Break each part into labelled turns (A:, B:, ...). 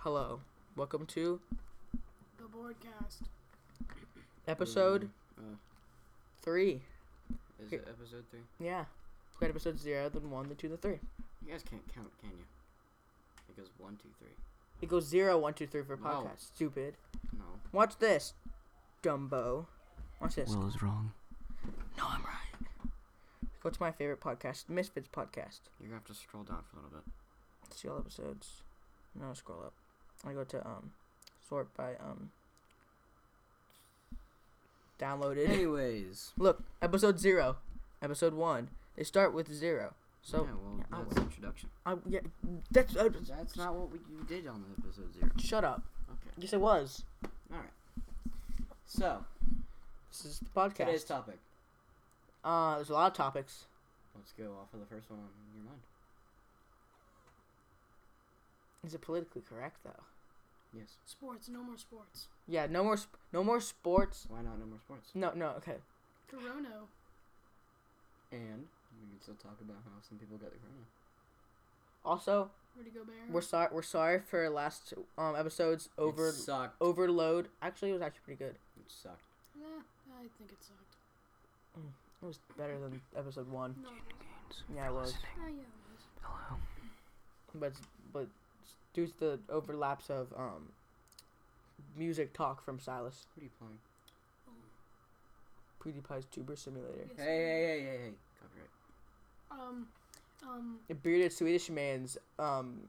A: Hello. Welcome to
B: The broadcast.
A: episode
C: Oh.
A: three.
C: Is it episode three?
A: Yeah. We got episode zero, then one, then two, then three.
C: You guys can't count, can you? It goes one, two, three.
A: It goes zero, one, two, three for
C: No.
A: podcast. Stupid.
C: No.
A: Watch this, Dumbo. Watch this.
C: Will is wrong.
A: No, I'm right. What's my favorite podcast? Misfits podcast.
C: You're gonna have to scroll down for a little bit.
A: See all episodes. No, scroll up. I go to um, sort by um, downloaded.
C: Anyways.
A: Look, episode zero, episode one. They start with zero. So
C: yeah, well,
A: yeah, I'll
C: that's
A: wait.
C: introduction.
A: I, yeah, that's uh,
C: That's not what we, you did on the episode zero.
A: Shut up.
C: Okay.
A: Yes, it was.
C: All right. So
A: This is the podcast.
C: today's topic.
A: uh, there's a lot of topics.
C: Let's go off of the first one on your mind.
A: Is it politically correct though?
C: Yes.
B: Sports, no more sports.
A: Yeah, no more, sp- no more sports.
C: Why not no more sports?
A: No, no, okay.
B: Corona.
C: And we can still talk about how some people got the corona.
A: Also,
B: Where to go, Bear?
A: we're sorry, we're sorry for last um episodes over
C: it sucked.
A: overload. Actually, it was actually pretty good.
C: It sucked.
B: Nah, Eh, I think it sucked.
A: It was better than episode one.
B: No.
A: Yeah, it was.
B: Oh, yeah, it was.
C: Hello.
A: But it's- but it's due to the overlaps of um music talk from Silas,
C: What are you playing?
A: PewDiePie's Tuber Simulator.
B: Yes,
C: Hey, hey, hey, hey, hey. Copyright.
B: Um, um,
A: A bearded Swedish man's um,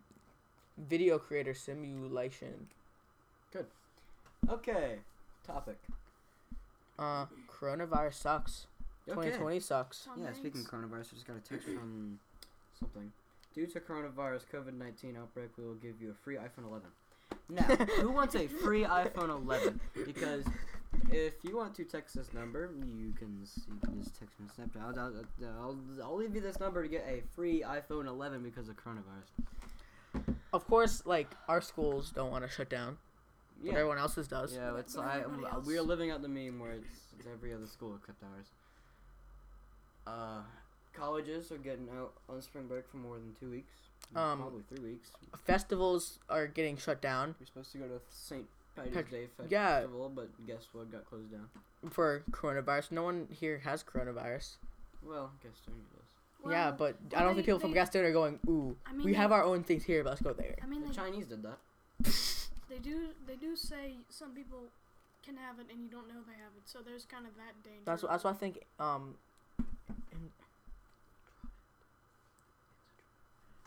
A: video creator simulation.
C: Okay. Topic.
A: Uh, coronavirus sucks.
C: Okay.
A: 2020 sucks.
B: Tom
C: Yeah, speaking of
B: Hanks.
C: coronavirus, I just got a text from something. Due to coronavirus COVID 19 outbreak, we will give you a free iPhone 11. Now, who wants a free iPhone 11? Because if you want to text this number, you can, s- you can just text me on Snapchat. I'll, I'll, I'll, I'll leave you this number to get a free iPhone 11 because of coronavirus.
A: Of course, like our schools don't want to shut down, but
C: Yeah,
A: everyone else's does.
C: yeah it's, I,
B: Everybody
C: we are
B: else.
C: living out the meme where it's, it's every other school except ours. Uh, colleges are getting out on spring break for more than two weeks.
A: Um,
C: probably three weeks.
A: Festivals are getting shut down
C: We're supposed to go to St. Patrick's
A: Pat-
C: Day fe-
A: yeah.
C: festival, but guess what? Got closed down.
A: for coronavirus. No one here has coronavirus.
C: Well, Gastonia does.
A: yeah,
B: Well,
A: but I
B: well,
A: don't think
B: they-
A: people from
B: they-
A: Gastonia are going. Ooh,
B: I mean,
A: we
B: they-
A: have our own things here, but let's go there.
B: I mean,
C: The
B: they,
C: Chinese did that.
B: they do they do say some people can have it and you don't know they have it, so there's kind of that danger.
A: That's what, that's what I think. Um, and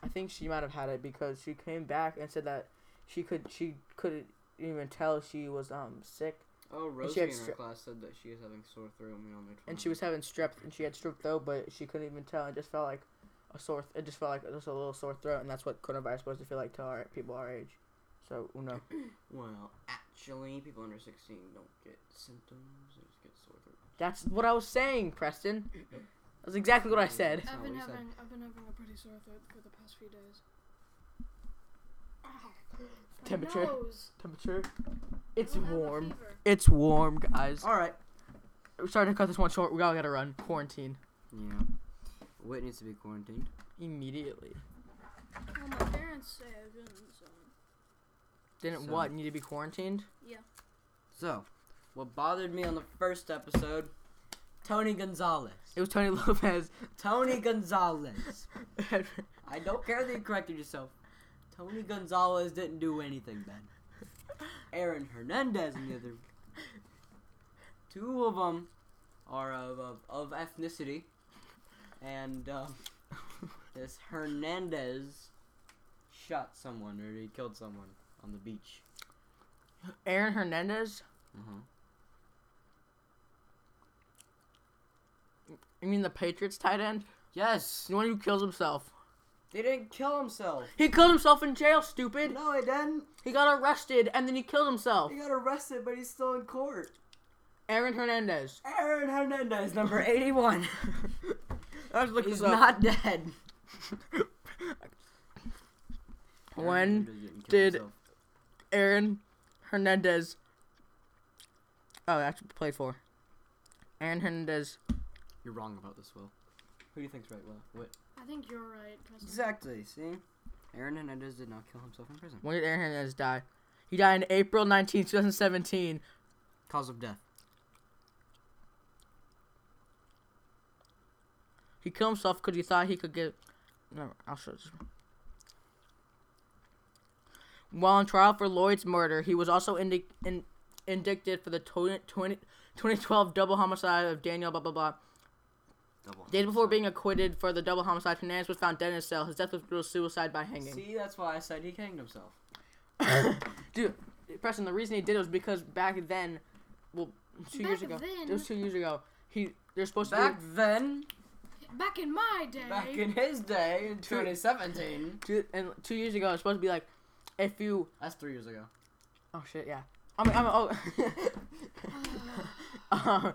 A: I think she might have had it because she came back and said that she could she couldn't even tell she was um sick
C: Oh, Rosie
A: she had
C: in our
A: stra-
C: class said that she is having sore throat, and we all made fun
A: and
C: of
A: she
C: her.
A: was having strep and she had strep throat but she couldn't even tell and just felt like a sore th- it just felt like just a little sore throat and that's what coronavirus is supposed to feel like to our people our age. So no,
C: Well, actually, people under 16 don't get symptoms; they just get sore throat.
A: that's what I was saying, Preston. That's exactly what I said.
C: That's
B: I've
C: not
B: been
C: what he said.
B: having I've been having a pretty sore throat for the past few days. Ah, my
A: Temperature.
B: nose.
A: Temperature.
B: I
A: It's
B: don't have a
A: warm.
B: fever.
A: It's warm, guys.
C: All right.
A: We're starting to cut this one short. We all gotta run. Quarantine.
C: Yeah. Whit needs to be quarantined.
A: Immediately.
B: Well, my parents say I didn't, so
A: Didn't
C: So-
A: what? Need to be quarantined?
B: yeah.
C: So, what bothered me on the first episode? Tony Gonzalez.
A: It was Tony Lopez.
C: Tony Gonzalez. I don't care that you corrected yourself. Tony Gonzalez didn't do anything bad. Aaron Hernandez and the other. Two of them are of, of, of ethnicity. And um, this Hernandez shot someone or he killed someone on the beach.
A: Aaron Hernandez?
C: Uh-huh.
A: You mean the Patriots tight end?
C: Yes!
A: The one who kills himself.
C: They didn't kill himself!
A: He killed himself in jail, stupid.
C: No, he didn't!
A: He got arrested and then he killed himself.
C: He got arrested, but he's still in court.
A: Aaron Hernandez.
C: Aaron Hernandez, number 81.
A: I was looking
C: he's
A: this up.
C: not dead.
A: when did- Aaron Hernandez. Oh, that's what played for. Aaron Hernandez.
C: You're wrong about this, Will. Who do you think's right, Will? What?
B: I think you're right. Preston.
C: Exactly. See, Aaron Hernandez did not kill himself in prison.
A: When did Aaron Hernandez die? He died in April 19, 2017.
C: Cause of death.
A: He killed himself because he thought he could get. No, I'll show this. While on trial for Lloyd's murder, he was also indi- in- indicted for the 20- 20- 2012 double homicide of Daniel, blah, blah, blah.
C: Double.
A: Days before
C: homicide.
A: being acquitted for the double homicide, Hernandez was found dead in his cell. His death was brutal suicide by hanging.
C: See, that's why I said he hanged himself.
A: Dude, Preston, the reason he did it was because back then, well, two years
B: Back
A: ago,
B: then-
A: it was two years ago, he they're supposed
C: Back
A: to
C: then,
B: Back in my day.
C: back in his day, in 2017.
A: be two, and two years ago it's supposed to be like, if you
C: That's three years ago.
A: oh shit yeah, I mean I'm oh, um,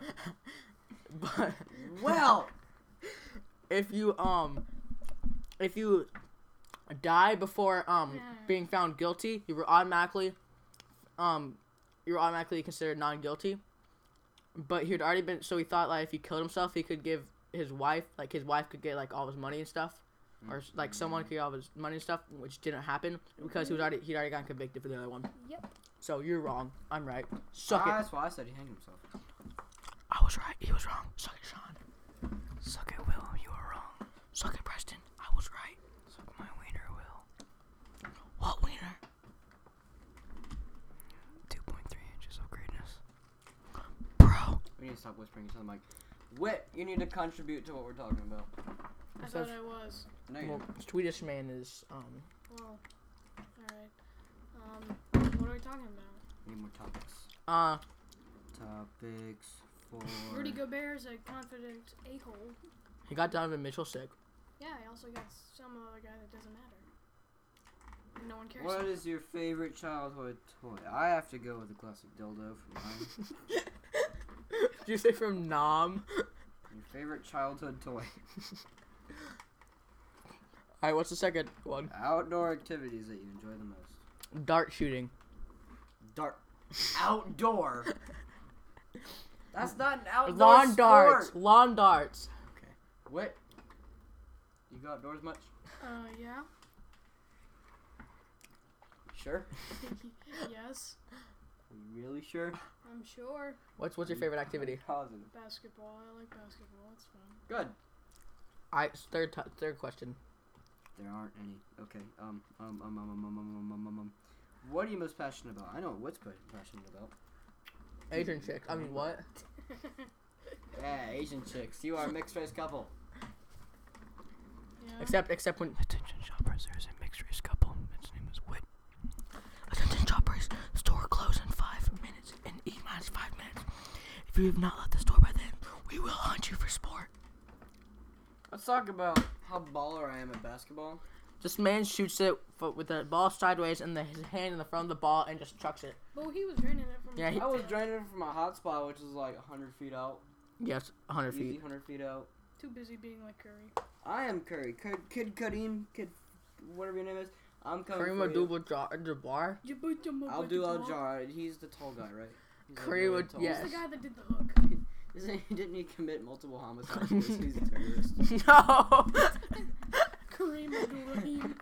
A: but
C: Well,
A: if you um, if you die before um
B: Yeah.
A: being found guilty, you were automatically um you were automatically considered non guilty. But he'd already been so he thought like if he killed himself he could give his wife like his wife could get like all his money and stuff. Or like someone could get all his money and stuff, which didn't happen because he was already he'd already gotten convicted for the other one.
B: Yep.
A: So you're wrong. I'm right. Suck it.
C: that's why I said he hanged himself.
A: I was right. He was wrong. Suck it, Sean. Suck it, Will. You were wrong. Suck it, Preston. I was right. Suck my wiener, Will. What wiener? 2.3 inches of greatness. Bro.
C: We need to stop whispering into the mic. Wit, you need to contribute to what we're talking about.
B: I
A: So-
B: thought I was.
C: No, you
A: Well, Swedish man is, um,
B: Well, alright. Um, what are we talking about?
C: don't. need more topics.
A: uh,
C: Topics for.
B: Rudy Gobert is a confident a-hole.
A: he got Donovan Mitchell sick.
B: Yeah, I also got some other guy that doesn't matter. And no one cares.
C: What is your favorite childhood toy? I have to go with the classic dildo for mine.
A: Did you say from Nom?
C: your favorite childhood toy?
A: Alright, what's the second one?
C: Outdoor activities that you enjoy the most.
A: Dart shooting.
C: Dart. Outdoor. That's not an outdoor
A: Lawn
C: sport.
A: darts. Lawn darts.
C: Wit. You go outdoors much?
B: Uh, yeah.
C: Sure.
B: yes.
C: Are you really sure?
B: I'm sure.
A: What's, what's your favorite activity?
C: Positive.
B: Basketball. I like basketball. It's fun.
C: Good.
A: Alright, third, t- third question.
C: There aren't any. Okay. Um. Um. Um. Um. Um. Um. Um. Um. um, um. What are you most passionate about? I know what's pa- passionate about.
A: Asian chick. I mean, what?
C: Yeah, Asian chicks. You are a mixed race couple.
B: Yeah.
A: Except, except when
D: Attention shoppers, there's a mixed race couple. Its name is Whit. Attention shoppers, store close in five minutes in E minus five minutes. If you have not left the store by then, we will hunt you for sport.
C: Let's talk about how baller I am at basketball.
A: This man shoots it fo- with the ball sideways and the, his hand in the front of the ball and just chucks it.
B: Well, he was draining it from.
A: Yeah, he-
C: I was draining from a hot spot, which is like 100 feet out.
A: Yes, 100
C: Easy
A: feet.
C: 100 feet out.
B: Too busy being like Curry.
C: I am Curry. Kid, Kid Kareem. Kid, whatever your name is. I'm coming
A: Kareem
C: for you.
A: Abdul-Jabbar.
C: I'll do Al Jar. He's the tall guy, right? He's like,
A: Kareem
C: really
A: Abd-
C: tall.
B: He's
A: yes.
B: the guy that did the hook.
C: Isn't he, didn't he commit multiple homicides? He's a terrorist.
A: No.
B: Kareem Abdul-Rahim.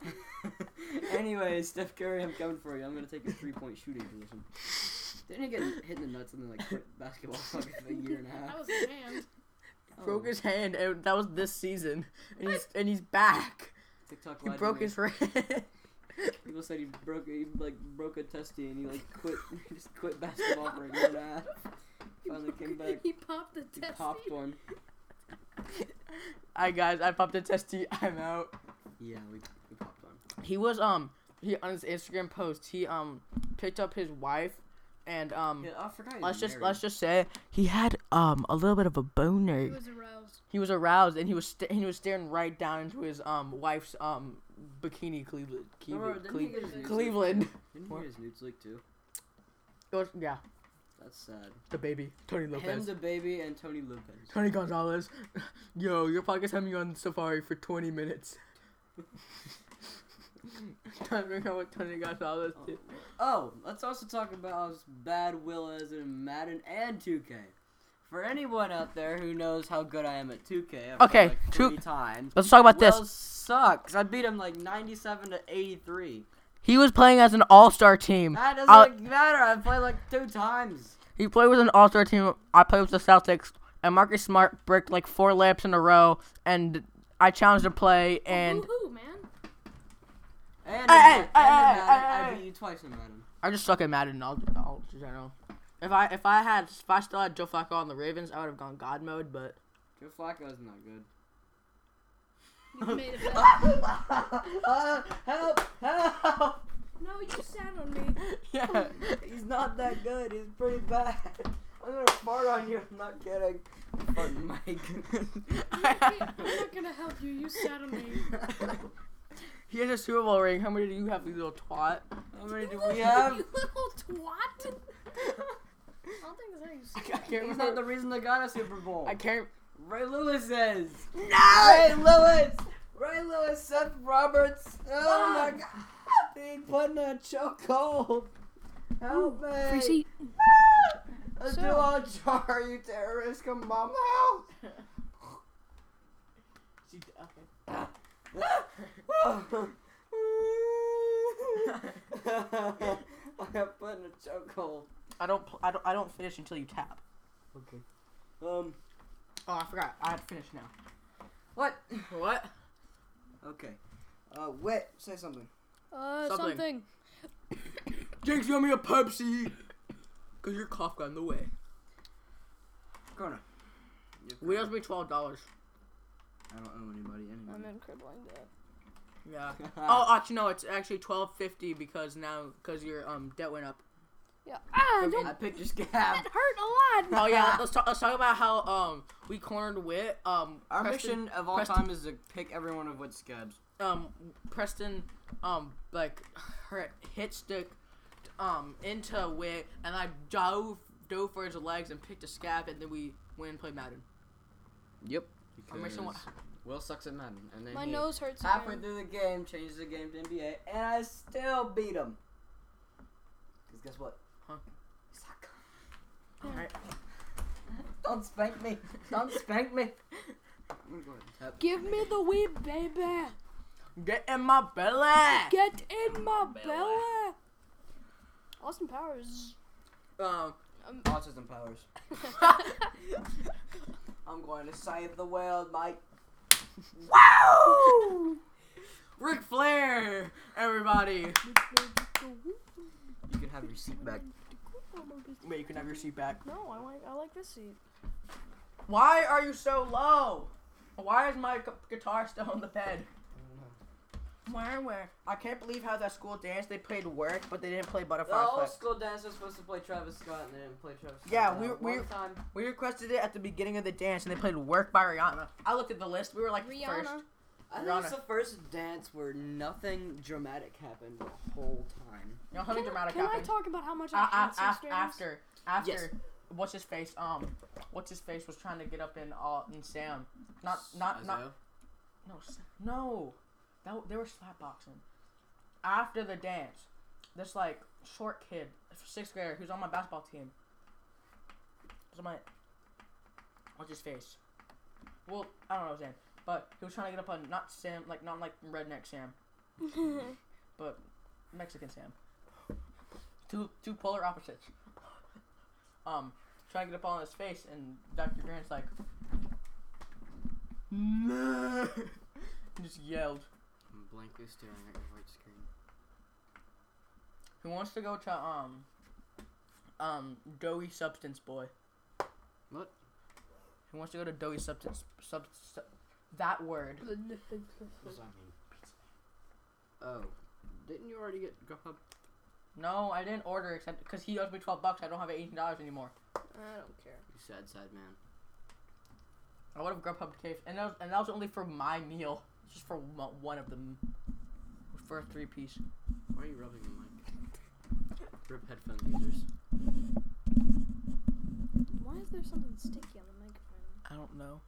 C: anyway, Steph Curry, I'm coming for you. I'm gonna take your three-point shooting position. Didn't he get hit in the nuts and then like quit basketball for like a year and a half?
B: That was a man.
C: Oh.
A: broke his hand and that was this season and he's and he's back.
C: Oh, TikTok
A: He
C: lied to
A: broke
C: me.
A: his hand.
C: People said he broke he like broke a testy and he like quit he just quit basketball for a year and a half. Finally came back.
B: He popped the
C: He
B: test.
C: popped one.
A: Alright guys, I popped a testy. I'm out.
C: Yeah, we, we popped one.
A: he was um he on his Instagram post he um picked up his wife and um
C: Yeah, I forgot. He
A: let's
C: was
A: just
C: married.
A: let's just say he had um a little bit of a
B: He
A: boner.
B: was aroused.
A: He was aroused and he was st- he was staring right down into his um wife's um bikini Cleveland
C: Remember,
A: Cleveland
C: didn't he get his nudes
A: Cleveland.
C: leaked? Didn't he
A: What?
C: get his nudes leaked too?
A: It was- yeah,
C: That's sad.
A: the baby Tony
C: Him,
A: Lopez.
C: the baby, and Tony Lopez.
A: Tony Gonzalez, yo, your podcast had me on safari for 20 minutes. Time to figure out what Tony Gonzalez did.
C: Oh, let's also talk about how bad Will is in Madden and 2K. For anyone out there who knows how good I am at 2K, I've
A: Okay,
C: played, like
A: two-
C: three times.
A: Let's talk about
C: Will
A: this.
C: sucks. I beat him like 97 to 83.
A: He was playing as an all star team.
C: That doesn't
A: I'll-
C: matter. I played like two times.
A: He played with an all star team. I played with the Celtics, and Marcus Smart bricked like four layups in a row, and I challenged him to play, and
B: Woohoo, Oh, man.
A: Hey,
C: And,
A: hey,
C: in Ma-
A: hey,
C: and in
A: hey,
C: Madden,
A: hey,
C: I
A: hey.
C: beat you twice in Madden.
A: I just suck at Madden in all, all general. If I if I had if I still had Joe Flacco on the Ravens, I would have gone God mode. But
C: Joe Flacco's not good.
B: You made it. better.
C: Ah, help! Help!
B: No, you sat on me.
A: yeah,
C: He's not that good. He's pretty bad. I'm gonna fart on you. I'm not kidding. Fuck Mike.
B: I'm not gonna- I'm not gonna help you. You sat on me.
A: he has a Super Bowl ring. How many do you have, you little twat?
C: How many do
B: You
C: we have?
B: You little twat. I don't think that's how you
A: I
B: say
A: can't
C: He's not
A: remember.
C: the reason they got a Super Bowl.
A: I can't.
C: Ray Lewis is.
A: No.
C: Ray Lewis. Ray Lewis. Seth Roberts. Oh my God. Being put in a chokehold. Help me. Ah! Let's do
B: So-
C: all jar, you terrorist. Come on, help. I got put in a chokehold.
A: I don't. pl- I don't. I don't finish until you tap.
C: Okay. Um.
A: Oh, I forgot. I have to finish now.
C: What?
A: What?
C: Okay. Uh, wait. Say something.
B: Uh,
A: Something.
B: something.
A: Jake's got me a Pepsi. Cause your cough got in the way.
C: Corner.
A: We owes me twelve dollars.
C: I don't owe anybody
B: I'm
C: anything.
B: in crippling debt.
A: Yeah. oh, actually no, it's actually twelve fifty because now because your um debt went up.
B: Yeah. Ah,
A: From
B: don't.
C: I picked your scab.
B: That hurt a lot.
A: Oh yeah, let's talk. Let's talk about how um we cornered Wit. Um,
C: Our
A: Preston,
C: mission of all
A: Preston-
C: time is to pick every one of Wit's scabs.
A: um Preston um like her hit stick um into Wit and I dove dove for his legs and picked a scab and then we went and played Madden.
C: Yep.
A: I'm missing one.
C: Will sucks at Madden, and then
B: My
C: he
B: nose hurts.
C: halfway
B: again.
C: through the game changes the game to NBA, and I still beat him. Cause guess what?
A: Huh?
C: You suck.
A: All right.
C: Don't spank me. Don't spank me. I'm gonna go ahead and tap.
B: Give me the weed, baby.
A: Get in my belly.
B: Get in my belly. Austin Powers.
A: um.
B: Um,
C: Autism powers. I'm going to save the world, Mike.
A: Wow! Ric Flair, everybody.
C: You can have your seat back.
A: Wait, you can have your seat back.
B: No, I like I like this seat.
A: Why are you so low? Why is my gu- guitar still on the bed? Where, where? I can't believe how that school dance they played work, but they didn't play
C: The
A: butterfly.
C: whole
A: Effect.
C: school dance was supposed to play Travis Scott, and they didn't play Travis Scott.
A: Yeah,
C: at
A: we-
C: all.
A: we-
C: One time.
A: We requested it at the beginning of the dance, and they played work by Rihanna. I looked at the list. We were like
B: Rihanna.
A: first.
C: I think
A: Rihanna.
C: it's the first dance where nothing dramatic happened the whole time.
A: You know, something dramatic
B: can I
A: happened. Ah,
B: talk about how much
A: A-
B: I hate
A: a- af-
B: sisters?
A: after, after,
C: Yes.
A: what's his face? Um, what's his face was trying to get up in all in Sam. Not, not, not. No, s- no, that, w- they were slapboxing. After the dance, this like short kid, sixth grader, who's on my basketball team. Was my, what's his face? Well, I don't know his name, but he was trying to get up on not Sam, like not like redneck Sam, but Mexican Sam. Two two polar opposites. Um, trying to get up on his face, and Dr. Grant's like, no, just yelled.
C: I'm blankly staring at your white screen.
A: Who wants to go to um um doughy substance boy?
C: What?
A: Who wants to go to doughy substance sub, sub that word?
C: What does that mean? Oh. Didn't you already get Grubhub?
A: No, I didn't order except because he owes me twelve bucks. I don't have eighteen dollars anymore.
B: I don't care.
C: You sad, sad man.
A: I would have Grubhub cave, and that was, and that was only for my meal, just for mo- one of them, for a three piece.
C: Why are you rubbing the mic? Rip headphone users.
B: Why is there something sticky on the microphone?
A: I don't know.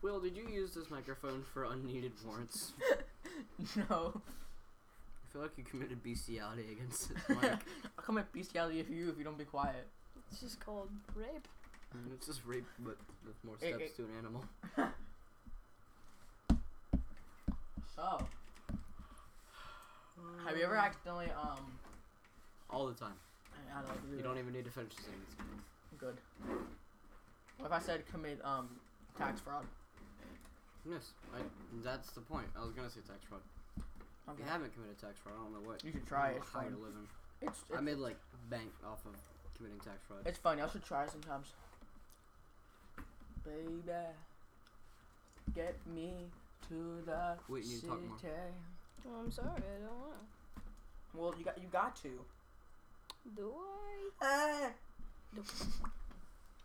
C: Will, did you use this microphone for unneeded warrants?
A: no.
C: I feel like you committed bestiality against this mic.
A: I'll come at bestiality if you if you don't be quiet.
B: It's just called rape.
C: Mm, It's just rape, but with more
A: It-
C: steps
A: it-
C: to an animal.
A: So, have you ever accidentally um?
C: All the time.
A: I don't know,
C: You don't even need to finish the sentence.
A: good. What if I said commit um tax fraud?
C: Yes, I, that's the point. I was gonna say tax fraud. If
A: Okay.
C: you haven't committed tax fraud, I don't know what.
A: You should try it.
C: I don't know
A: It's
C: How
A: fun.
C: you're living.
A: It's,
C: I
A: it's,
C: made like bank off of committing tax fraud.
A: it's funny. I should try sometimes. Baby, get me to the
C: Wait, you need to
A: city.
C: talk more.
E: Well, Oh, I'm sorry, I don't want to.
A: Well, you got you got to.
E: Do I?
C: Ah!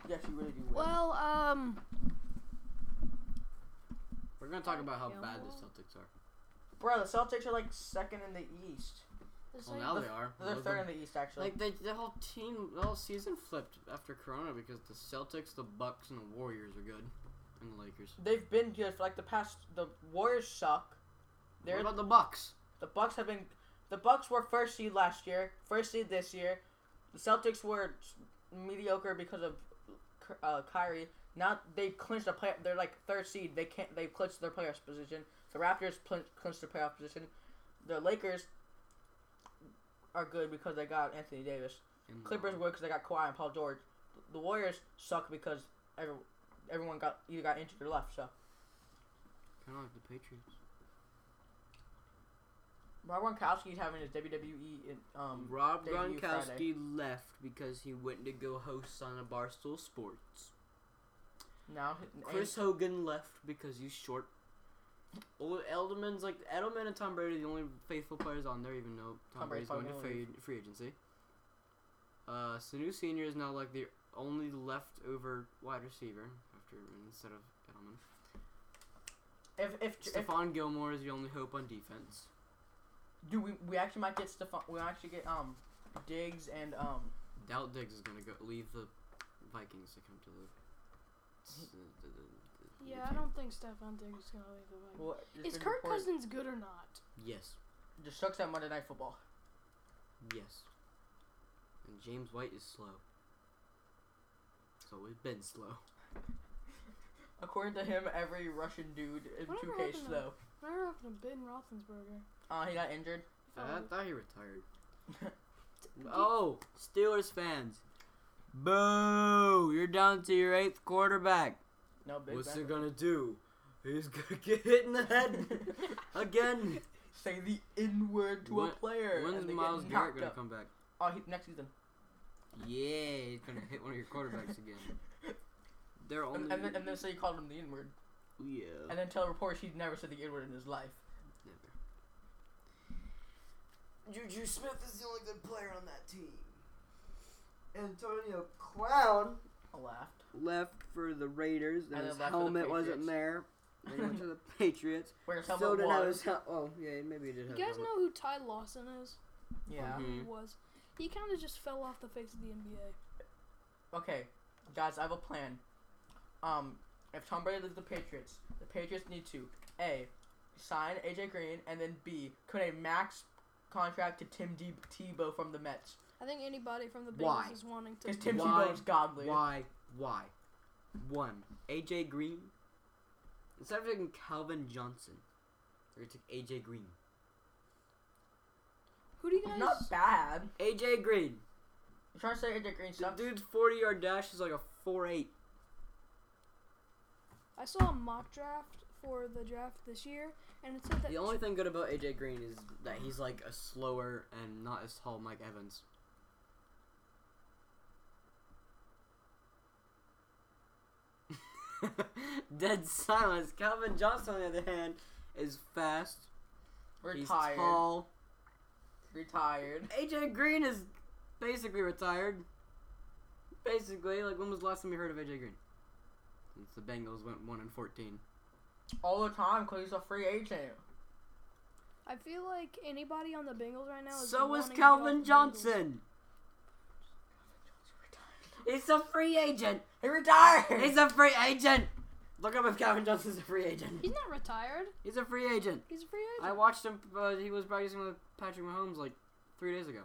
A: Yes, you really do. Win.
E: Well, um,
C: We're gonna talk about how
E: Yeah.
C: bad the Celtics are.
A: Bro, the Celtics are like second in the East.
E: it's
C: Well,
E: like
C: now
A: the-
C: they are.
A: They're
C: Look
A: third
C: at-
A: in the East, actually.
C: Like the the whole team, the whole season flipped after Corona because the Celtics, the Bucks, and the Warriors are good, and the Lakers.
A: They've been good for like the past. The Warriors suck.
C: What
A: They're
C: about the Bucks?
A: the Bucks have been. The Bucks were first seed last year, first seed this year. The Celtics were s- mediocre because of Ky- uh, Kyrie. Now they clinched a play. They're like third seed. They can't. They clinched their playoff position. The Raptors clin- clinched their playoff position. The Lakers are good because they got Anthony Davis.
C: And the
A: Clippers were because they got Kawhi and Paul George. The Warriors suck because every, everyone got either got injured or left. So
C: Kind of like the Patriots.
A: Rob Gronkowski's having his WWE in, um
C: Rob
A: debut
C: Gronkowski
A: Friday.
C: left because he went to go host on a Barstool Sports.
A: now.
C: Chris Hogan left because he's short. Old Edelman's like Edelman and Tom Brady, are the only faithful players on there, even though Tom,
A: Tom Brady's
C: Brady's going to
A: probably
C: free, free agency. Uh, Sanu Senior is now like the only leftover wide receiver after instead of Edelman.
A: if if, if
C: Stephon Gilmore is the only hope on defense.
A: dude, we, we actually might get Stefan. We might actually get um Diggs and um
C: Doubt Diggs is going to go leave the Vikings to come to the. the- the- the- the
B: Yeah, I
C: team.
B: don't think Stefan Diggs is gonna leave the Vikings.
A: well, it's
B: Is
A: been
B: Kirk
A: reported-
B: Cousins good or not?
C: Yes,
A: just sucks at Monday Night Football.
C: yes. And James White is slow. It's always been slow.
A: According to him, every Russian dude in
B: Whatever
A: two K is
B: happened to-
A: slow.
B: Whatever happened to Ben Roethlisberger?
A: Uh, he got injured.
C: I
A: Oh.
C: thought he retired.
B: do-
C: oh, Steelers fans. Boo! You're down to your eighth quarterback.
A: No big.
C: What's
A: Ben.
C: he gonna do? He's gonna get hit in the head again.
A: Say the N word to a
C: When-
A: player.
C: When's
A: and they get
C: Miles Garrett
A: knocked
C: gonna
A: up.
C: come back?
A: Oh, he, next season.
C: Yeah, he's gonna hit one of your quarterbacks again. They're only.
A: And, and, then, and then say you called him the N word.
C: yeah.
A: And then tell reporters he'd never said the N word in his life.
C: Never. Juju Smith is the only good player on that team. Antonio Clown
A: I laughed.
C: left for the Raiders, and,
A: And then
C: his
A: left for the
C: helmet wasn't
A: Patriots.
C: there. Then he went to the Patriots.
A: Where his
C: Still
A: helmet
C: didn't have
A: was.
C: his hel- Oh, yeah, maybe he did
E: You
C: have
E: guys
C: his helmet.
E: know who Ty Lawson is?
A: Yeah.
C: Mhm.
E: He was. He kind of just fell off the face of the NBA.
A: Okay, guys, I have a plan. Um, if Tom Brady leaves the Patriots, the Patriots need to a sign AJ Green, and then b could a max contract to Tim D- Tebow from the Mets
E: I think anybody from the Bengals
C: Why?
E: is wanting to.
A: because Tim
C: Why?
A: Tebow is godly.
C: Why? Why? One. AJ Green. Instead of taking Calvin Johnson, they're gonna take AJ Green.
E: Who do you guys?
A: Not bad.
C: AJ Green.
A: You trying to say AJ Green
C: The
A: sucks?
C: dude's 40 yard dash is like a 4 8.
E: I saw a mock draft for the draft this year, and it said that
C: The only thing good about AJ Green is that he's like a slower and not as tall Mike Evans. Dead silence. Calvin Johnson, on the other hand, is fast. He's
A: Retired.
C: tall.
A: Retired.
C: AJ Green is basically retired. Basically, like when was the last time you heard of AJ Green? Since the Bengals went one and fourteen.
A: All the time because he's a free agent.
E: I feel like anybody on the Bengals right now is.
C: So was
E: wanting to get off the
C: Calvin
E: Bengals.
C: Johnson. He's a free agent.
A: He retired.
C: He's a free agent. Look up if Calvin Johnson's a free agent.
E: He's not retired.
C: He's a free agent.
E: He's a free agent.
C: I watched him. Uh, he was practicing with Patrick Mahomes like three days ago.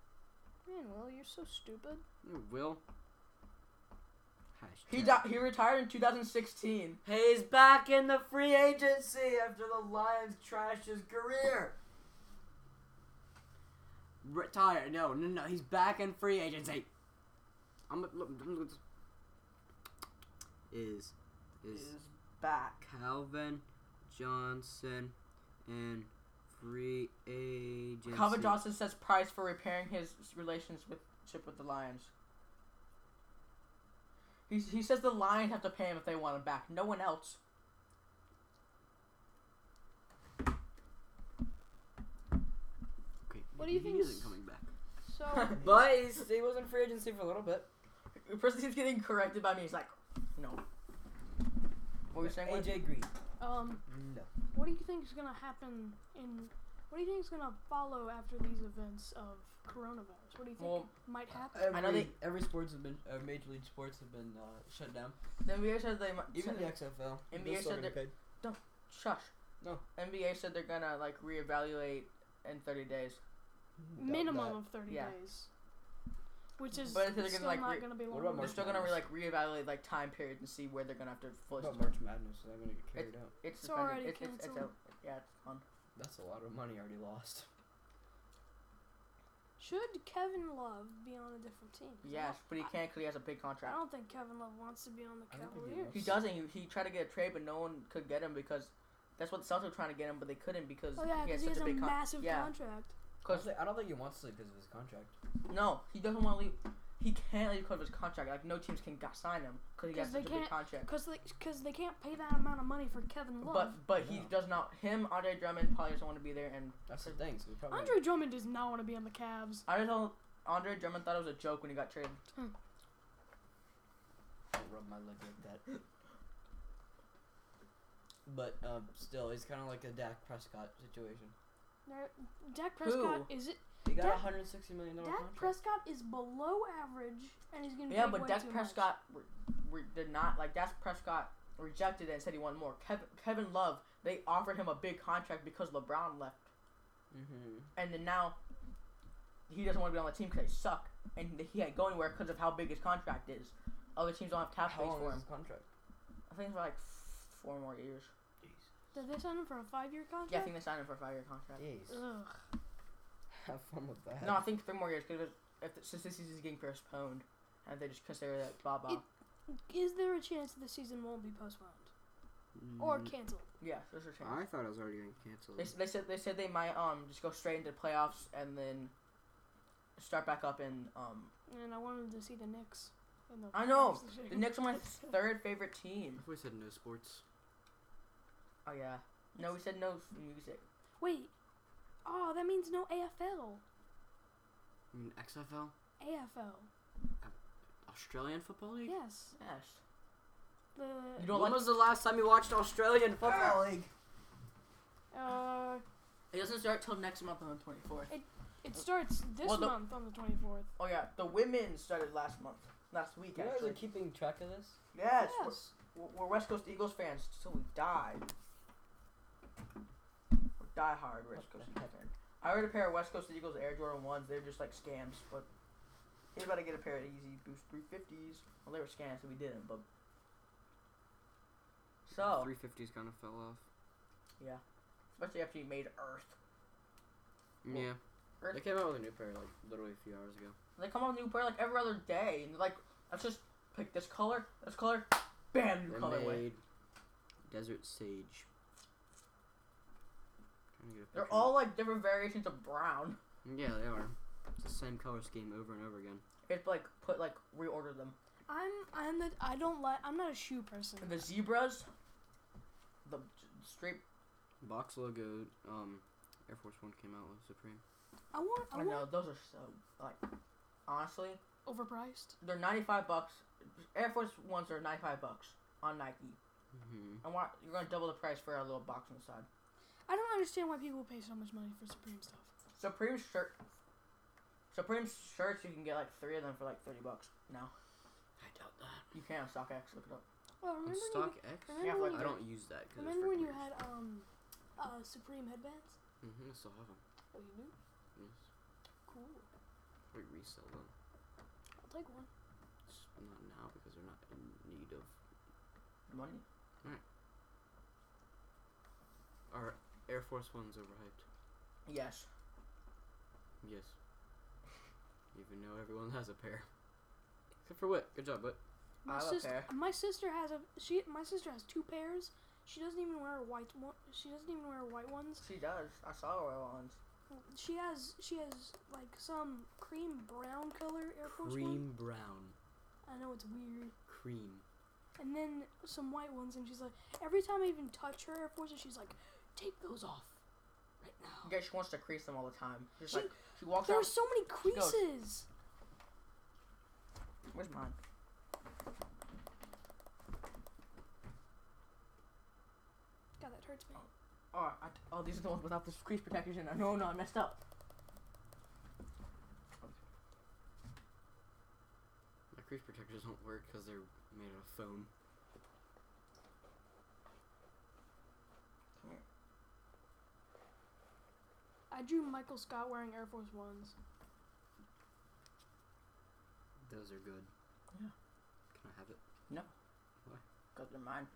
E: Man, Will, you're so stupid.
C: You Will.
A: He
C: Hashtag.
A: di- he retired in 2016.
C: He's back in the free agency after the Lions trashed his career. Retire? No, no, no. He's back in free agency. I'm. look- I'm look- Is is
A: back.
C: Calvin Johnson in free agency?
A: Calvin Johnson sets price for repairing his relations with Chip with the Lions. He he says the Lions have to pay him if they want him back. No one else.
C: Okay,
E: What do you
C: he
E: think
C: isn't
E: s-
C: coming back.
E: So
C: But he's, he was in free agency for a little bit.
A: The person he's getting corrected by me. He's like, no. What were you saying? Wes?
C: AJ Green.
B: Um,
C: No.
B: what do you think is gonna happen in? What do you think is gonna follow after these events of coronavirus? What do you think
A: Well,
B: might happen?
C: Every,
A: I know they-
C: every sports has been uh, major league sports have been uh, shut down.
A: The NBA says they might.
C: Even
A: said-
C: the XFL.
A: NBA
C: they're still
A: said
C: getting paid.
A: Shush.
C: No.
A: NBA said they're gonna like reevaluate in 30 days.
C: Doubt
B: Minimum
C: that.
B: of thirty
A: yeah.
B: days, which is
A: But if they're gonna,
B: still
A: like,
B: not
A: re-
B: gonna be
C: What
A: They're
B: long.
C: about March
B: enough.
A: still gonna re,
C: Madness.
A: like reevaluate like time periods and see where they're gonna have to fully.
C: But March Madness is going to get
A: It's-
C: carried out.
A: It's
B: It's already
A: suspended. It's, it's, it's,
B: canceled.
A: out. yeah, it's fun.
C: That's a lot of money already lost.
E: should Kevin Love be on a different team? 'Cause I
A: Yes,
E: don't-
A: but he can't because he has a big
E: I
A: contract.
E: don't think Kevin Love wants to be on the
C: I don't think he
E: Cavaliers.
A: He doesn't. He, he tried to get a trade, but no one could get him because that's what the Celtics were trying to get him, but they couldn't because
E: Oh yeah,
A: he has
E: because he
A: such
E: has
A: a
E: a
A: big contract.
E: massive
A: yeah.
E: contract.
C: I don't,
A: Because
C: think, I don't think he wants to because of his contract.
A: no, he doesn't want to leave. He can't leave because of his contract. Like no teams can go- sign him because he has
B: 'Cause they
A: such a big
B: can't-
A: contract.
E: Because they, cause they can't pay that amount of money for Kevin Love.
A: But but he
C: Yeah.
A: does not. Him, Andre Drummond probably doesn't want to be there, and
C: That's the thing. So he probably
B: Andre Drummond does not want to be on the Cavs.
A: I just don't. Andre Drummond thought it was a joke when he got traded.
C: I'll rub my leg like that. But um, still, he's kind of like a Dak Prescott situation.
E: They're-
B: Dak Prescott is it?
C: He got a
E: Dak-
C: hundred sixty million dollar
E: Dak
C: contract.
E: Prescott is below average, and he's going to
A: Yeah,
E: be
A: but
E: way too
A: Dak
E: much.
A: Prescott re- re- did not like Dak Prescott rejected it and said he wanted more. Kevin Kevin Love they offered him a big contract because LeBron left,
C: mm-hmm.
A: and then now he doesn't want to be on the team because they suck, and he can't go anywhere because of how big his contract is. Other teams don't have cap
C: How
A: space
C: long
A: for
C: is
A: him.
C: his contract?
A: I think it's for like four more years.
E: Did they sign him for a five-year
A: Yeah, I
E: contract?
A: think they signed him for a five-year contract.
C: Jeez.
B: Ugh.
C: Have fun with that.
A: No, I think three more years because since this season is getting postponed, and they just consider that blah blah.
E: It- Is there a chance the season won't be postponed or
F: Mm.
A: Mm.
E: canceled?
A: yeah, there's a chance.
C: thought it was already getting canceled.
A: They, s- they said they said they might um just go straight into playoffs and then start back up in um
E: And I wanted to see the Knicks. In the
A: I know.
E: playoffs this year.
A: the Knicks are my third favorite team.
C: we said no sports.
A: Oh yeah. No, we said no f- music.
E: Wait. Oh, that means no AFL.
C: I mean XFL,
E: AFL.
C: Australian Football League.
E: Yes.
A: Yes.
E: The
A: You don't like
C: was the last time you watched Australian Football League?
E: uh,
A: it doesn't start till next month on the twenty fourth.
E: it starts this
A: Well, the-
E: month on the 24th.
A: Oh yeah, the women started last month, last week
C: You guys
A: actually.
C: are keeping track of this.
A: Yes, we're-
E: Yes.
A: We're, we're West Coast Eagles fans till we die. We're die hard West Coast Eagles fans. I ordered a pair of West Coast Eagles Air Jordan ones. They're just like scams, but he's about to get a pair of Easy Boost 350s. Well, they were scams, so we didn't. But so,
C: three fifties kind of fell off.
A: especially after you made Earth,
C: Yeah.
A: Earth-
C: They came out with a new pair like literally a few hours ago.
A: they come out with a new pair like every other day, and like let's just pick this color, this color, bam, new
C: They
A: colorway.
C: made Desert Sage. Trying to get a
A: They're
C: picture.
A: all like different variations of brown.
C: Yeah, they are. It's the same color scheme over and over again.
A: It's like put like reorder them.
E: I'm I'm the I don't like I'm not a shoe person.
A: the zebras, the straight.
C: Box logo. Um, Air Force One came out with Supreme.
E: I want
A: I
E: I want
A: know those are so like. Honestly,
B: Overpriced.
A: they're ninety five bucks. Air Force ones are ninety five bucks on Nike.
C: Mm-hmm.
A: I want you're gonna double the price for a little box on the side.
B: I don't understand why people pay so much money for Supreme stuff.
A: Supreme shirt. Supreme shirts you can get like three of them for like thirty bucks. No,
C: I doubt that.
A: you can on StockX. Look it up.
E: well, oh, remember when
C: Stock
E: you,
C: X.
E: remember
A: Yeah,
E: when
A: like
C: I
E: you,
C: don't use that because.
E: remember when you had um uh Supreme headbands?
C: Mm-hmm. I still have them.
E: Oh, you do?
C: Yes.
E: Cool.
C: We resell them.
E: I'll take one.
C: It's Just not now because they're not in need of
A: Money?
C: our Air Force Ones arrived.
G: Yes.
C: Yes. Even though everyone has a pair. Except for Whit. Good job, Whit.
A: I
E: My
A: have a
E: sister,
A: pair.
E: my sister has a she. My sister has two pairs. She doesn't even wear her white. one- She doesn't even wear her white ones.
A: She does. I saw her ones.
E: She has she has like some cream brown color Air Force One.
C: Cream brown.
E: I know it's weird.
C: Cream.
E: And then some white ones, and she's like, every time I even touch her Air Forces, she's like, take those off right now.
A: Yeah, she wants to crease them all the time. Just
E: Oh. She-
A: like she walks
E: There
A: out.
E: are so many
A: goes-
E: creases.
A: Where's mine?
E: God, that hurts me.
A: Oh, I, oh, these are the ones without the crease protectors in. I know.
G: No, no, I messed up.
C: My crease protectors don't work because they're made out of foam.
E: I drew Michael Scott wearing Air Force Ones.
C: Those are good.
A: Yeah.
C: Can I have it?
A: Cause they're mine.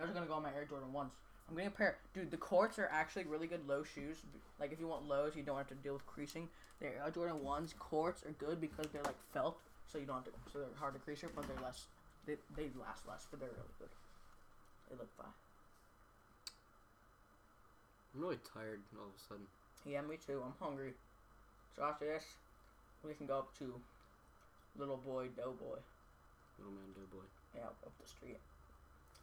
A: Those are gonna go on my Air Jordan ones. I'm getting a pair. Dude, the courts are actually really good low shoes. Like if you want lows, you don't have to deal with creasing. The Air Jordan ones courts are good because they're like felt, so you don't have to. So they're hard to crease, but they're less. They, they last less, but they're really good. They look fine.
C: I'm really tired all of a sudden.
A: Yeah, me too. I'm hungry. So after this, we can go up to Little Boy Doughboy.
C: Little man doughboy.
A: Yeah, up the street.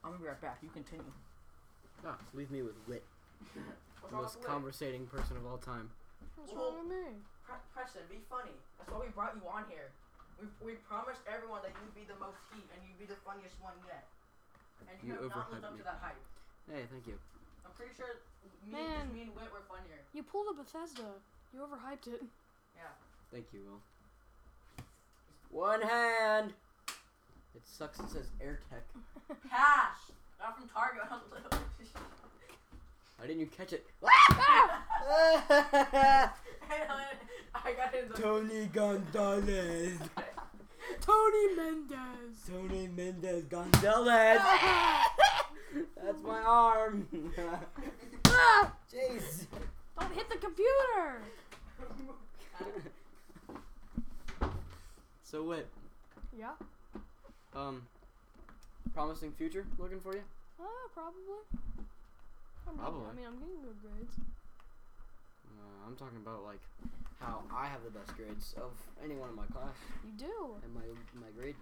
A: I'm gonna be right back. You continue.
C: Ah, leave me with Wit. The most conversating person of all time.
E: What's
A: Well-
E: wrong with me?
A: Pre- Preston, be funny. That's why we brought you on here. We, we promised everyone that you'd be the most heat and you'd be the funniest one yet. And you,
C: You
A: have not lived
C: overhyped
A: up
C: me.
A: to that hype.
C: Hey, thank you.
A: I'm pretty sure me,
E: Man.
A: just me and Whit were funnier.
E: You pulled a Bethesda. You overhyped it.
A: Yeah.
C: Thank you, Will. One hand! It sucks it says AirTech.
A: Pass! Not from Target. I was little.
C: Why didn't you catch it?
A: And I, I got in the.
B: Tony Gonzalez.
E: Tony Mendez.
B: Tony Mendez Gonzalez. That's my arm. Jeez.
E: Don't hit the computer.
C: so Wit,
E: Yeah.
C: um, promising future looking for you?
E: Uh, probably. I'm getting- I
C: Probably.
E: mean, I'm getting good grades.
C: Uh, I'm talking about like how I have the best grades of anyone in my class
E: You do.
C: and my my grade.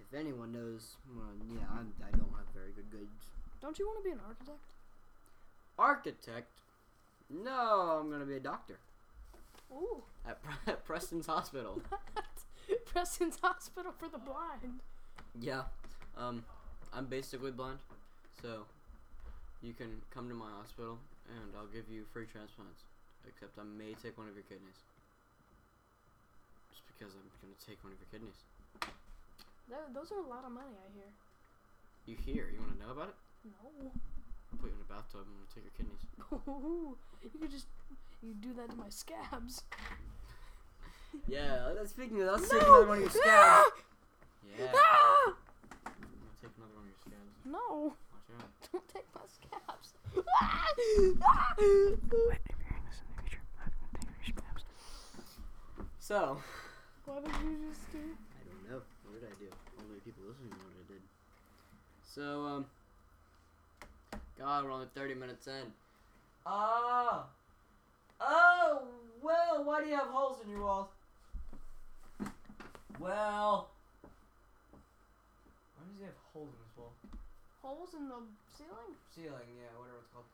C: If anyone knows, well, yeah, I'm, I don't have very good grades.
E: Don't you want to be an architect?
C: Architect? No, I'm gonna be a doctor
E: Ooh.
C: at, Pre- at Preston's Hospital.
E: Preston's Hospital for the Blind.
C: Yeah, um, I'm basically blind, so you can come to my hospital and I'll give you free transplants. Except I may take one of your kidneys. Just because I'm gonna take one of your kidneys.
E: Tho- those are a lot of money, I hear.
C: You hear? You wanna know about it?
E: No.
C: I'll put you in a bathtub and we'll take your kidneys.
E: you could just you do that to my scabs.
C: Yeah, that's speaking of, let's take
E: No!
C: another one of your scabs. Yeah.
E: Ah!
C: I'm gonna take another one of your scabs.
E: No,
C: Watch out.
E: don't take my scabs. Ah! Ah!
B: Wait, if you're hearing this in the future, I'm gonna take your snaps.
C: So,
E: what did you just do?
C: I don't know. What did I do? Only people listening know what I did. So, um, God, we're only 30 minutes in.
A: Oh! Oh! Well, why do you have holes in your walls? Well. Why does he have holes in his wall?
E: Holes in the ceiling?
A: ceiling, yeah, whatever it's called.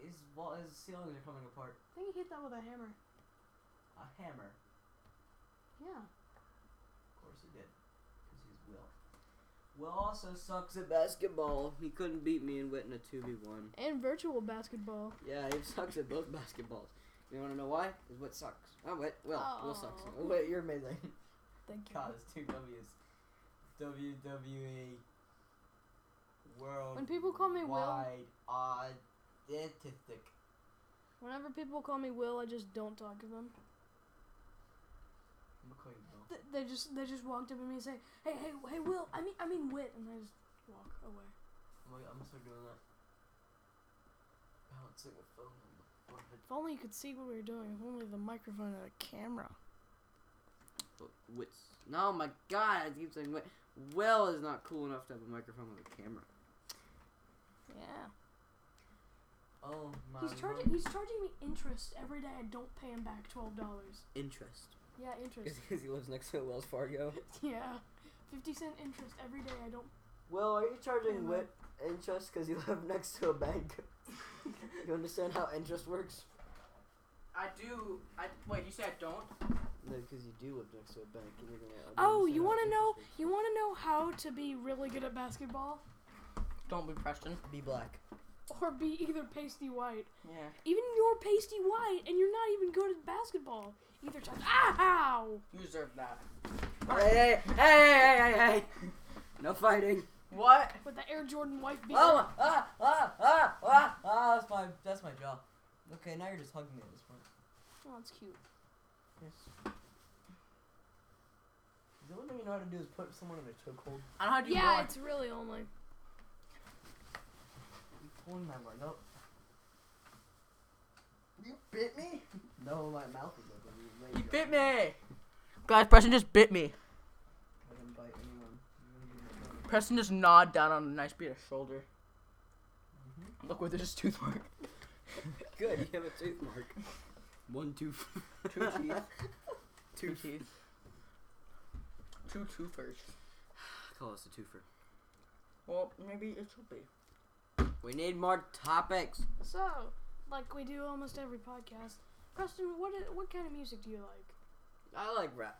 A: His wall, his ceilings are coming apart.
E: I think he hit that with a hammer.
A: A hammer,
E: Yeah.
A: of course he did, because he's Will. Will also sucks at.
C: At basketball, he couldn't beat me and went in a 2v1.
E: And virtual basketball.
C: Yeah, he sucks at both basketballs. You want to know why? Because what sucks? Oh, wait, Will. Will sucks.
E: Oh.
C: Oh, wait, you're amazing.
E: Thank you.
A: God, it's two W's. WWE World.
E: When people call me Will-
A: wide autistic.
E: Whenever people call me Will, I just don't talk to them.
A: I'm gonna call you Will.
E: Th- the They just they just walked up to me and say, "Hey, hey, hey, Will. I mean, I mean, Wit," and I just walk away.
F: Wait, I'm still doing that. Balancing a phone on the forehead.
B: If only you could see what we were doing. If only the microphone had a camera.
C: Wits. No, my God, I keep saying wit. Will is not cool enough to have a microphone with a camera.
B: Yeah.
F: Oh my.
E: He's charging he's charging me interest every day. I don't pay him back twelve dollars.
C: Interest.
E: Yeah, interest.
F: Because he lives next to Wells Fargo.
E: yeah, fifty cent interest every day. I don't.
F: Well, are you charging
E: Mhm.
F: wit interest because you live next to a bank? you understand how interest works?
A: I do. I wait. You said I don't.
C: No, because you do live next to a bank. And you're gonna
E: Oh,
C: understand
E: you
C: how
E: want to
C: interest
E: know?
C: works.
E: You want to know how to be really good at basketball
A: Don't be Preston.
F: Be black.
E: or be either pasty white?
A: Yeah.
E: Even you're pasty white and you're not even good at basketball. Either time. Ow!
A: You deserve that.
C: Hey, hey, hey, hey, hey, hey! No fighting.
A: What?
E: With the Air Jordan wife beater.
F: Oh, ah, ah, ah, ah, ah, that's my, that's my jaw. Okay, now you're just hugging me at this point.
E: Oh, that's cute.
F: Yes. The only thing you know how to do is put someone in a chokehold.
A: I don't know how to do
E: Yeah,
A: more.
E: it's really only.
F: You pulling my leg up. You bit me? No, my mouth is open. You,
A: He
F: laid your-
A: bit me. Guys, Preston just bit me.
F: I didn't bite anyone.
A: Preston just gnawed down on a nice bit of shoulder. Look where there's his tooth mark.
C: Mm-hmm. Good, you have a tooth mark. One tooth.
F: Two teeth.
A: Two teeth. Two twofers.
C: Call us a twofer.
A: Well, maybe it should be.
C: We need more topics.
E: So, like we do almost every podcast. Preston, what i- what kind of music do you like?
C: I like rap.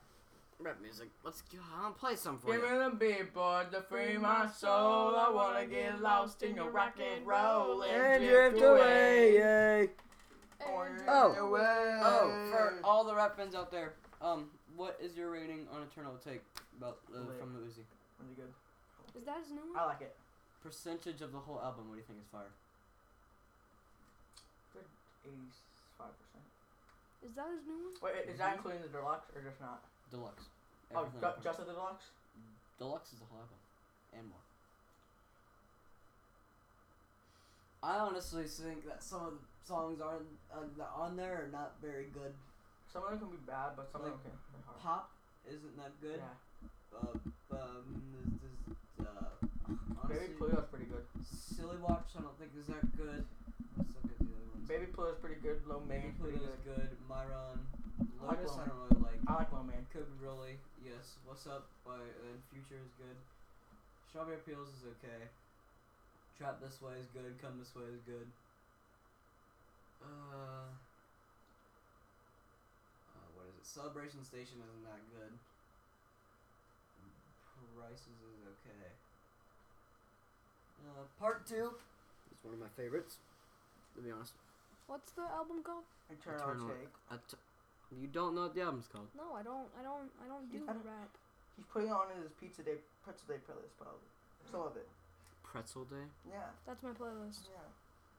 C: Rap music. Let's go. I'll play some for
A: Give me
C: you.
A: the beat, boy, to free my soul. I wanna get lost in your rock and roll and drift away.
E: Air
C: Oh.
E: Jordan wife-
A: Away.
C: Oh, for all the rap fans out there, um, what is your rating on Eternal Take about uh,
F: Wait.
C: from the Uzi?
F: Really good.
E: Is that his new one?
F: I like it.
C: Percentage of the whole album. What do you think is fire?
F: 85%.
E: Is that his new one?
F: Wait, is that including the deluxe or just not?
C: Deluxe.
F: Oh,
C: Everything
F: ju-
C: apart.
F: just the deluxe?
C: Deluxe is the whole album, and more. I honestly think that some of the songs aren't uh, that on there are not very good.
F: Some of them can be bad, but some of them
C: Like,
F: can be hard.
C: Pop isn't that good.
F: Yeah.
C: Uh, um, this, this, uh, honestly,
F: Baby Pluto's pretty good.
C: Silly Watch I don't think is that good. Let's look at the other ones.
F: Baby Pluto's pretty good. Low
C: Baby
F: Main's pretty
C: Pluto's
F: good.
C: good. Myron.
F: I like
C: Lotus I don't
F: Lotus.
C: really like.
F: I like Low Man.
C: Could really, yes. What's up? By and Future is good. Strawberry Peels is okay. Trap This Way is good. Come This Way is good. Uh, uh what is it? Celebration Station isn't that good. Prices is okay. Uh, part two. It's one of my favorites. To be honest,
E: What's the album called?
F: Eternal,
C: Eternal.
F: Take.
C: you don't know what the album's called.
E: No, I don't. I don't. I don't
F: You
E: do
F: haven't-
E: rap.
F: He's putting it on his Pizza Day, Pretzel Day playlist, probably. Some of it.
C: Pretzel Day.
F: Yeah,
E: That's my playlist.
F: yeah.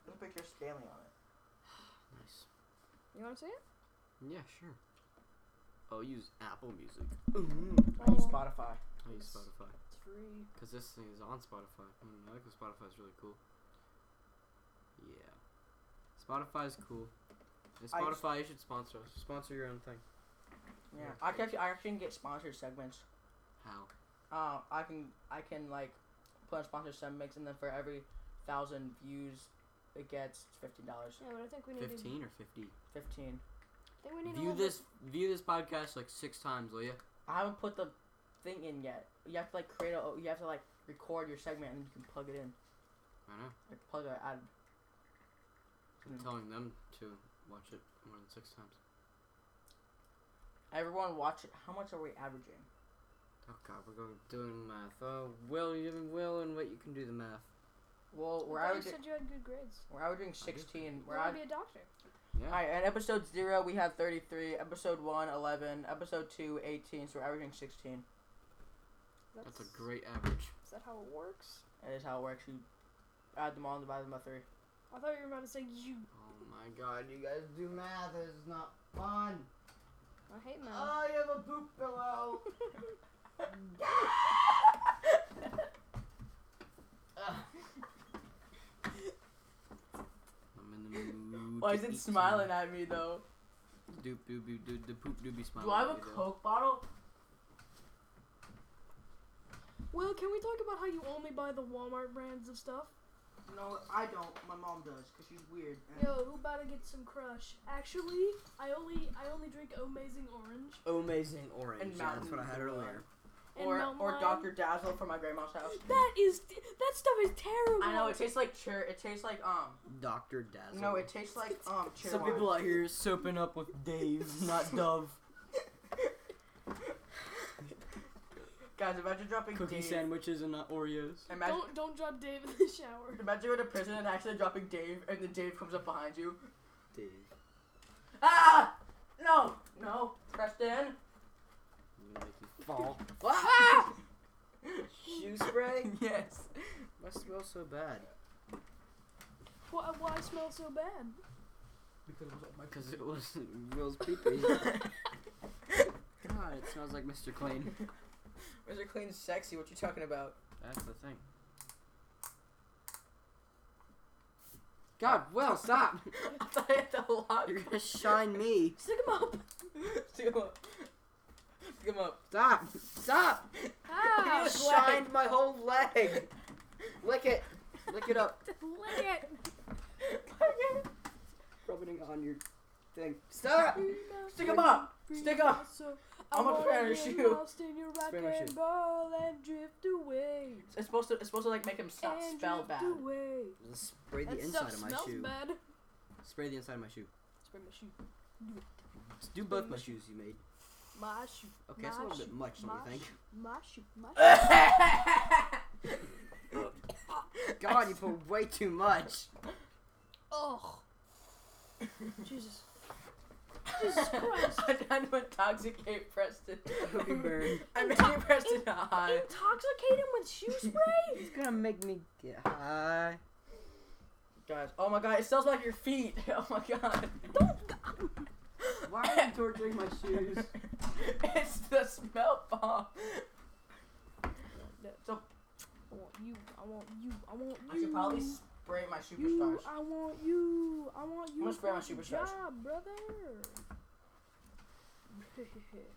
F: There's a picture of Stanley on it.
C: Nice.
E: You want to see it?
C: Yeah, sure. I'll use Apple Music.
F: I use
E: Oh.
F: Spotify.
C: I'll use
E: Yes.
C: Spotify.
E: It's free.
C: Because this thing is on Spotify. Mm, I think Spotify's really cool. Yeah. Spotify's cool. And
F: I just-
C: Spotify, you should sponsor us. Sponsor your own thing.
F: Yeah.
C: Yeah.
F: I can actually, I actually can get sponsored segments.
C: How?
F: Um, I can, I can like, put on sponsored segments, and then for every thousand views, it gets fifteen dollars.
E: Yeah, but I think we need to.
C: Fifteen or fifty?
F: Fifteen.
E: I think we need to
C: View
E: look-
C: this. View this podcast like six times, will ya?
F: I haven't put the thing in yet. You have to like create a. oh, You have to like record your segment, and then you can plug it in.
C: I know.
F: Like plug it out.
C: I'm
F: Mm.
C: telling them to watch it more than six times.
F: Everyone watch it. How much are we averaging?
C: Oh God, we're going doing math. Oh, Will, you Will, and what you can do the math.
F: Well, we're
E: I thought you
F: averaging.
E: said you had good grades.
F: We're averaging sixteen.
E: You
F: We're
E: want to
F: averaging.
E: be a doctor.
C: Yeah.
F: Alright, at episode 0, we had 33. Episode 1, 11. Episode 2, 18. So we're averaging 16.
E: That's,
C: That's a great average.
E: Is that how it works?
F: That is how it works. You add them all and divide them by 3.
E: I thought you were about to say you.
C: Oh my god, you guys do math. This is not fun. Oh,
E: I hate math.
C: I have a poop pillow.
F: Why is it smiling at me though?
C: Doop doop doop doop the poop doopy smile.
F: Do I have a Coke bottle?
E: Will, can we talk about how you only buy the Walmart brands of stuff?
F: No, I don't. My mom does, cause she's weird. and-
E: Yo, who about to get some crush? Actually, I only I only drink Amazing Orange
C: Amazing orange.
F: And
C: yeah, that's
F: Mountain
C: what I had
F: Dew.
C: earlier.
E: and
F: Or
E: Mount
F: or
E: Lion.
F: Dr. Dazzle from my grandma's
C: Oh,
F: house.
E: That is that stuff is terrible.
F: I know it tastes like cher. It tastes like um.
C: Doctor Dazzle.
F: No, it tastes like um. Cherry
C: Some people out here soaping up with Dave, not Dove.
F: Guys, imagine dropping
C: Cookie
F: Dave.
C: sandwiches and not Oreos.
F: Imagine.
E: Don't don't drop Dave in the shower.
F: Imagine you're in a prison and accidentally dropping Dave, and then Dave comes up behind you.
C: Dave.
F: Ah! No! No! Preston!
C: I'm gonna make you fall.
F: Ah!
C: Shoe spray?
F: yes.
C: Must smell so bad.
E: Why why I smell so bad?
C: Because it was Will's pee-pee. God, it smells like Mr. Clean.
F: Mr. Clean's sexy. What you talking about?
C: That's the thing. God, Will, stop!
F: I thought I had to lock.
C: You're gonna shine me.
E: Stick 'em up.
F: Pick him up. Pick him up.
C: Stop! Stop!
E: Ah,
C: You shined my whole leg. Lick it. Lick it up.
E: lick it.
C: Rubbing it on your thing. Stop!
F: Stick him up.
E: Free
F: Stick up.
E: also,
F: I'm
E: I
F: a
E: wanna
F: Spanish
E: get
F: you.
E: lost in your rock
C: Spanish
E: and
C: you.
E: roll and drift away.
F: It's supposed to. It's supposed to like make him stop
E: and
F: spell
E: drift
F: bad.
E: away.
C: Just spray the
E: That
C: inside
E: stuff
C: of my
E: smells
C: shoe.
E: bad.
C: Spray the inside of my shoe.
E: Spray my shoe.
C: Just do both my shoes you made.
E: My shoe.
C: Okay, that's a
E: My
C: little bit
E: shoe.
C: much, don't
E: My
C: you
E: My shoe. My shoe.
C: think? God, you put way too much.
E: Oh. Jesus. Jesus Christ.
F: I'm trying to intoxicate Preston.
C: Hope you burn.
F: I'm making Preston high.
E: Intoxicate him with shoe spray?
C: It's gonna make me get high.
F: Guys, oh my god, it smells like your feet. Oh my god.
C: Why are you torturing my shoes?
F: it's the smell bomb.
E: I want you. I want you. I want you.
F: I should probably spray my
E: you,
F: superstars.
E: I want you. I want you.
F: gonna spray
E: for
F: my
E: the
F: superstars.
E: Job, brother.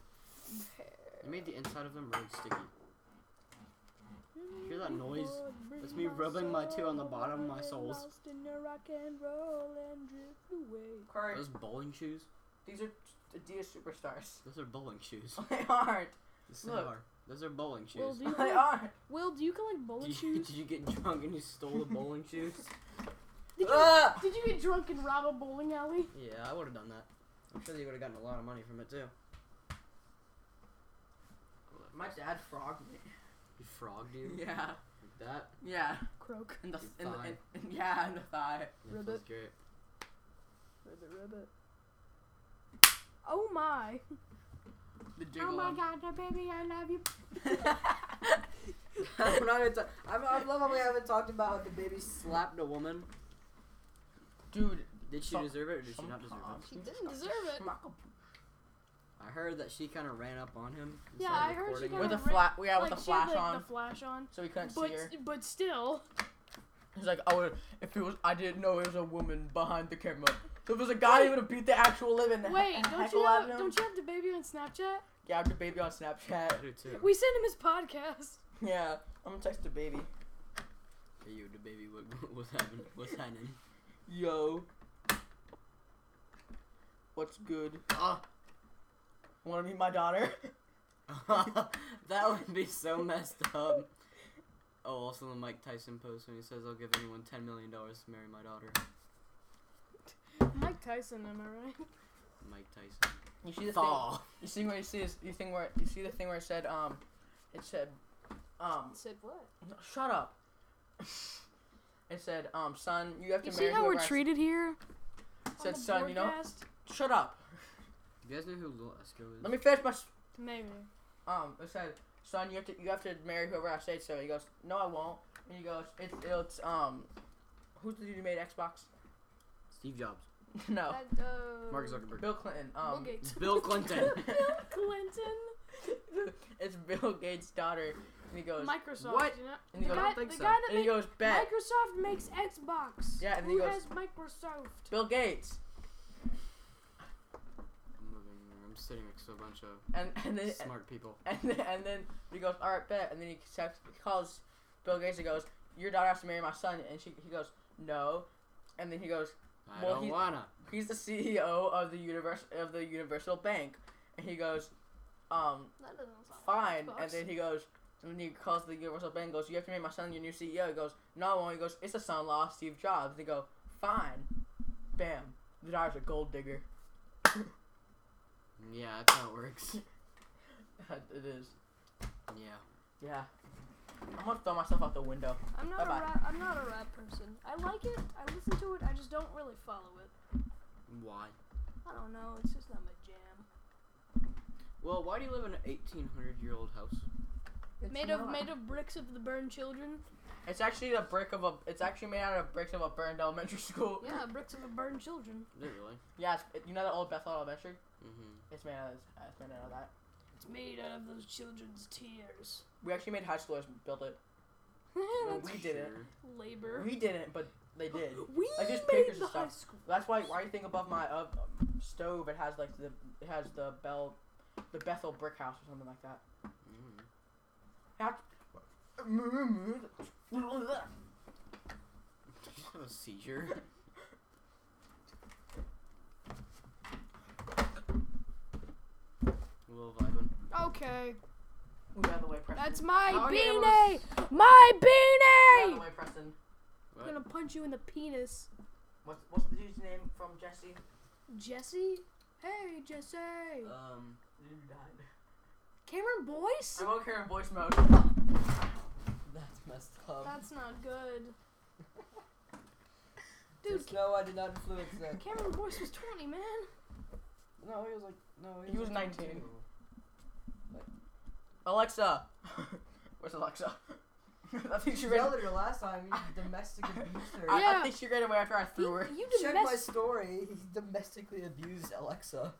C: I made the inside of them really sticky. Hear that noise? That's me rubbing my toe on the bottom of my soles.
E: Lost in a rock and roll and drift away.
F: Corey,
C: Those bowling shoes?
F: these are Adidas superstars.
C: Those are bowling shoes.
F: They aren't.
C: Yes, they
F: Look.
C: are. Those are bowling
E: Will,
C: shoes.
E: do you
F: They
E: collect,
F: aren't.
E: Will, do you collect bowling
C: Did you,
E: shoes?
C: did you get drunk and you stole the bowling shoes?
E: Did you,
F: Ah!
E: did you get drunk and rob a bowling alley?
C: Yeah, I would have done that. I'm sure they would have gotten a lot of money from it too.
F: My dad frogged me.
C: You frogged you
F: Yeah,
C: like that.
F: yeah.
E: Croak.
F: In the,
C: Your
F: in the
C: thigh.
F: in, yeah, in the thigh.
C: That
E: Ribbit.
C: feels great.
E: Ribbit, ribbit. Oh my.
F: The
E: Oh
F: jiggle.
E: god, baby, I love you.
C: I'm not even ta- I'm, I love how we haven't talked about how the baby slapped a woman.
F: Dude,
C: Did she
F: Some-
C: deserve it or did she not deserve
F: sometimes.
C: it?
E: She didn't deserve it.
C: I heard that she kind of ran up on him. and
E: Yeah,
C: started
E: I heard she
C: recording
E: kinda
F: with
C: him.
F: the
E: ran-
F: flat, yeah,
E: like,
F: with the
E: she had,
F: flash
E: like,
F: on,
E: The flash on.
F: so we couldn't
E: But,
F: see her.
E: but still,
F: He's like, I would, if it was, I didn't know it was a woman behind the camera. So if it was a guy, he would have beat the actual living.
E: wait, don't you
F: heckle out
E: have,
F: of him.
E: don't you have the baby on Snapchat?
F: Yeah, I'm the baby on Snapchat.
C: I do too.
E: We sent him his podcast.
F: Yeah, I'm gonna text the baby.
C: Hey, yo, the baby, what, what's happening? What's happening?
F: Yo, what's good?
C: Ah.
F: Want to meet my daughter?
C: that would be so messed up. Oh, also the Mike Tyson post when he says, "I'll give anyone ten million dollars to marry my daughter."
E: Mike Tyson, am I right?
C: Mike Tyson.
F: You see the thing?
C: Thaw.
F: You see where you see this? You think where you see the thing where it said um, it said um,
E: Said what?
F: no, shut up. It said um, son, you have to
E: You see
F: marry
E: how we're
F: whoever I-
E: treated here?
F: Said son, you know?
E: broadcast?
F: Shut up.
C: You guys know who Lil Esco is?
F: Let me finish my. s-
E: Maybe.
F: um, it said, "Son, you have to you have to marry whoever I say so." He goes, "No, I won't." And he goes, "It's it's um, who's the dude who made Xbox?"
C: Steve Jobs.
F: no,
E: That, uh,
C: Mark Zuckerberg.
F: Bill Clinton.
E: Bill
F: Oh. Um,
E: Gates.
C: Bill Clinton.
E: Clinton.
F: it's Bill Gates' daughter. And he goes,
E: Microsoft.
F: "What?"
E: You know?
F: And he
E: The
F: goes,
E: guy,
C: don't think
E: the
C: so.
E: guy that
F: and he
E: made
F: goes, "Bet."
E: Microsoft makes Xbox.
F: Yeah, and
E: Who
F: he goes-
E: has Microsoft?
F: Bill Gates.
C: I'm sitting next to a bunch of
F: and and then
C: smart people.
F: and then, and then he goes, all right, bet. And then he, texts, he calls Bill Gates and goes, your daughter has to marry my son. And she he goes, no. And then he goes,
C: I
F: Well,
C: don't
F: he-
C: wanna.
F: he's the CEO of the universe of the Universal Bank, and he goes, um,
E: That doesn't sound
F: fine.
E: like
F: And then he goes, and then he calls the Universal Bank, and goes, you have to make my son your new CEO. He goes, no, I won't. He goes, it's a son-in-law, Steve Jobs. They go, fine. Bam. The daughter's a gold digger.
C: Yeah, that's how it works.
F: it is.
C: Yeah.
F: Yeah. I'm gonna throw myself out the window.
E: I'm not
F: Bye-bye.
E: a rap. I'm not a rap person. I like it. I listen to it. I just don't really follow it.
C: Why?
E: I don't know. It's just not my jam.
C: Well, why do you live in an 1800 year old house?
E: made of made of bricks of the burned children.
F: It's actually the brick of a. It's actually made out of bricks of a burned elementary school.
E: Yeah, bricks of the burned children.
C: Is it really?
F: Yeah. It's, you know that old Bethel Elementary?
C: Mm-hmm.
F: It's made out of. It's made out of that.
E: It's made out of those children's tears.
F: We actually made high schoolers build it. No, we didn't.
E: Labor.
F: We didn't, but they did.
E: We
F: Like, there's
E: made
F: pictures
E: the
F: and
E: high
F: stuff.
E: school.
F: That's why. Why do you think above my uh, um, stove it has like the it has the bell, the Bethel brick house or something like that.
C: Mm-hmm. Did
F: Mmm.
C: you just have a seizure? Lil Vibin.
E: Okay,
F: Move out of the way, Preston.
E: that's my
F: How are you able to
E: beanie.
F: s-
E: My
F: Move out of
E: beanie.
F: the way, Preston.
E: I'm gonna punch you in the penis,
F: What's, what's the dude's name from Jesse?
E: Jesse. Hey, Jesse.
C: Um,
E: Cameron Boyce.
F: I'm okay in voice mode.
D: That's messed up.
E: That's not good. Dude,
D: Dude, no, I did not influence that.
E: Cameron Boyce was 20, man.
D: No, he was like, no,
F: He was
D: like
F: 19.
D: 22.
F: Alexa. Where's Alexa? I think she
D: You
F: ran.
D: yelled at her last time. He domestic abused her.
F: I, I
E: Yeah.
F: think she ran away after I threw
E: You,
F: her.
E: you
D: Check my
E: domestic.
D: story. He domestically abused Alexa.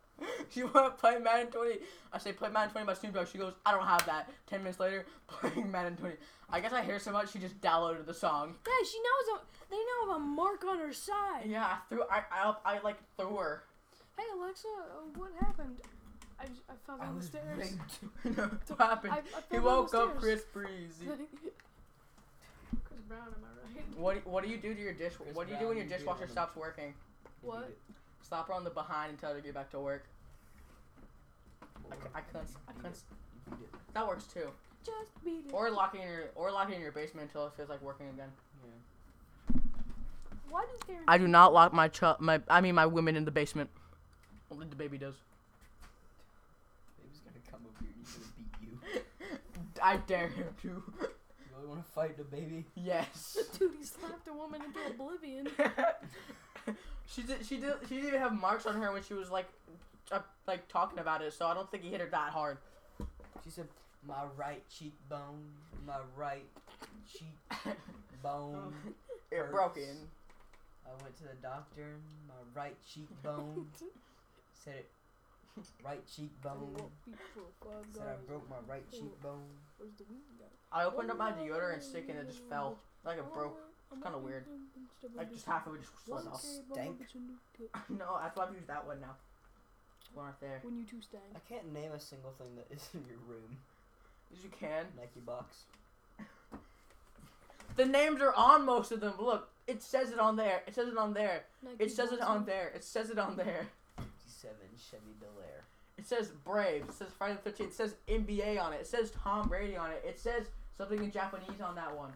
F: She wanna play Madden 20. I say play Madden 20 by Snoop Dogg. She goes, I don't have that. Ten minutes later, playing Madden 20. I guess I hear so much. She just downloaded the song.
E: Yeah, she knows. A, they now have a mark on her side.
F: Yeah, I threw. I I, I like threw her.
E: Hey Alexa, uh, what happened? I, j- I fell
D: I
E: down the
D: was
E: stairs.
D: raped.
F: what happened?
E: I, I fell
F: he
E: down
F: woke
E: the
F: up
E: stairs.
F: Chris Breezy.
E: Chris Brown, am I right?
F: What do- What do you do to your dish?
D: Chris
F: What do you do when
D: Brown,
F: your
D: you
F: dishwasher
D: good woman.
F: stops working?
E: What?
F: Slap her on the behind and tell her to get back to work. I, c- I couldn't. I couldn't. s- That works too.
E: Just beat it.
F: Or locking your or locking your basement until it feels like working again.
E: Why does Karen?
F: I do not lock my ch- my I mean my women in the basement. Only the baby does.
D: Baby's gonna come over here and he's gonna beat you.
F: I dare him to.
D: You really wanna fight the baby?
F: Yes.
E: Dude, he slapped a woman into oblivion.
F: she did. She did. She didn't even have marks on her when she was like, uh, like talking about it. So I don't think he hit her that hard.
D: She said, my right cheekbone, my right cheekbone.
F: It
D: Hurts.
F: broke in.
D: I went to the doctor, my right cheekbone, said it, right cheekbone.
F: Oh,
D: Said I broke my right cheekbone.
F: I opened up my deodorant stick and it just fell. Like it broke. kinda weird. Like just half of it just slid off.
D: Stank.
F: no, that's why I've used that one now. One right there.
E: When you two stank.
D: I can't name a single thing that is in your room.
F: Yes, you can.
D: Nike box.
F: The names are on most of them. Look, it says it on there. It says it on there.
E: Nike
F: It says it
E: boxing.
F: on there. It says it on there.
D: 57 Chevy Bel Air.
F: It says Braves. It says Friday the 13th. It says NBA on it. It says Tom Brady on it. It says something in Japanese on that one.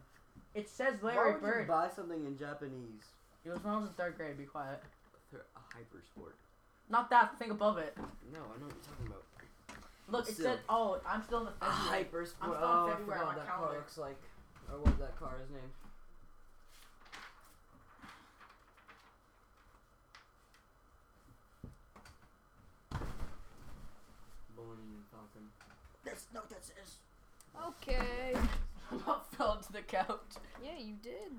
F: It says
C: Why
F: Larry
C: would
F: Bird.
C: you buy something in Japanese?
F: it was when I was in third grade. Be quiet.
C: They're a hyper sport.
F: Not that thing above it.
C: No, I know what you're talking about.
F: Look, it
C: Still.
F: said. Oh, I'm still in the
C: A
F: February.
C: hyper sport.
F: still in
C: Oh, Ah, I
F: February
C: forgot
F: on
C: what
F: my
C: that car
F: calendar.
C: looks like. Or what that car's name? Bowling and Falcon.
F: That's not what that says.
E: Okay.
F: I fell into the couch.
E: Yeah, you did.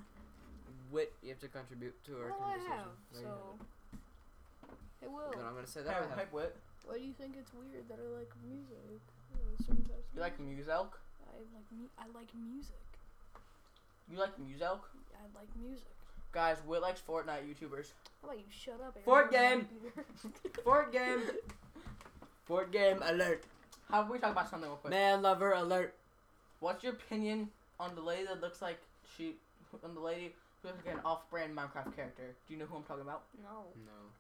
C: Wit, you have to contribute to our
E: Well, I
C: conversation.
E: have.
C: There you
E: So. oh.
C: have it.
E: Hey, Will.
C: Then I'm gonna say
F: Hey,
C: that I have.
F: hey, Whit,
E: Why do you think it's weird that I like music? Uh, certain types of
F: You like
E: music?
F: Muse Elk?
E: I like mu- I like music.
F: You like Muse Elk?
E: I like music.
F: Guys, Whit likes Fortnite YouTubers.
E: How about you shut up? Aaron?
C: Fort
E: You're on
C: game.
E: the computer.
C: Fort game.
F: Board game alert. How about we talk about something real quick?
C: Man lover alert.
F: What's your opinion on the lady that looks like she, on the lady who looks like an off-brand Minecraft character? Do you know who I'm talking about?
E: No.
C: No.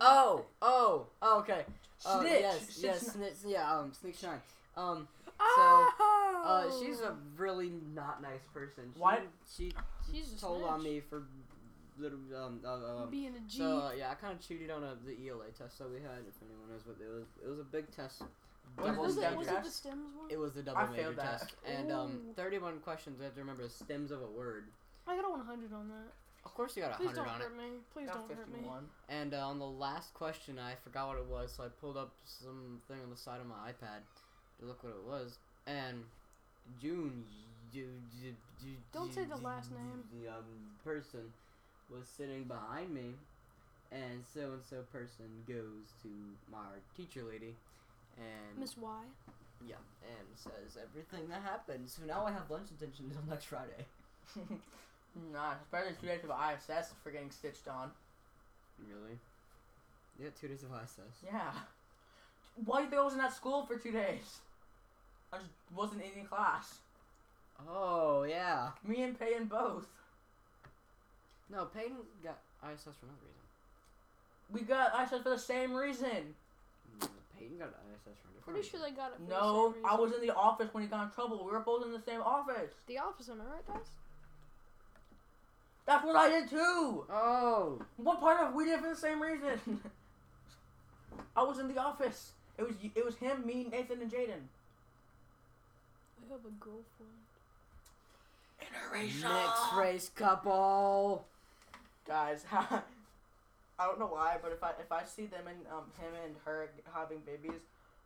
C: Oh, oh, oh, okay. Oh,
F: Snitch.
C: yes,
F: Snitch
C: yes,
F: Shine.
C: snitch, yeah, um, Snitch Shine. Um, so, uh,
B: Oh.
E: Oh.
C: she's a really not nice person. She,
F: Why-
C: She
E: She's a
C: told on
E: snitch.
C: me for little, um, uh, um,
E: Being a G.
C: so, uh, yeah, I kind of cheated on a, the ELA test that we had, if anyone knows what it was. It was a big test.
F: Was
C: Double
E: was, it,
F: stem
E: was
C: major.
E: it
F: test?
E: the stems one?
C: It was the
F: I
C: double major
F: failed that.
C: test. And, um,
E: Ooh.
C: 31 questions, I have to remember the stems of a word.
E: I got a 100 on that.
C: Of course you got a
E: Please
C: 100
E: don't
C: on it.
E: hurt me. Please
F: Got
E: don't hurt me.
F: 51.
C: And uh, on the last question, I forgot what it was, so I pulled up something on the side of my iPad to look what it was. And June.
E: Don't say the last name.
C: The um, person was sitting behind me, and so and so person goes to my teacher lady, and
E: Miss Y.
C: yeah, and says everything that happened. So now I have lunch detention until next Friday.
F: nah, it's better than two days of ISS for getting stitched on.
C: Really? Yeah, two days of ISS.
F: Yeah. Why do you think I wasn't at school for two days? I just wasn't in any class.
C: Oh yeah.
F: Me and Payton both.
C: No, Peyton got ISS for another reason.
F: We got ISS for the same reason.
C: No, Mm, Peyton got ISS from a different
E: Pretty sure they got it. For
F: No,
E: the same
F: I
E: reason.
F: was in the office when he got in trouble. We were both in the same office.
E: The office, am I right, guys?
F: That's what I did too.
C: Oh,
F: What part of we did it for the same reason? I was in the office. It was it was him, me, Nathan, and Jaden.
E: I have a girlfriend.
C: mixed race couple.
F: guys. I don't know why, but if I if I see them and um him and her having babies,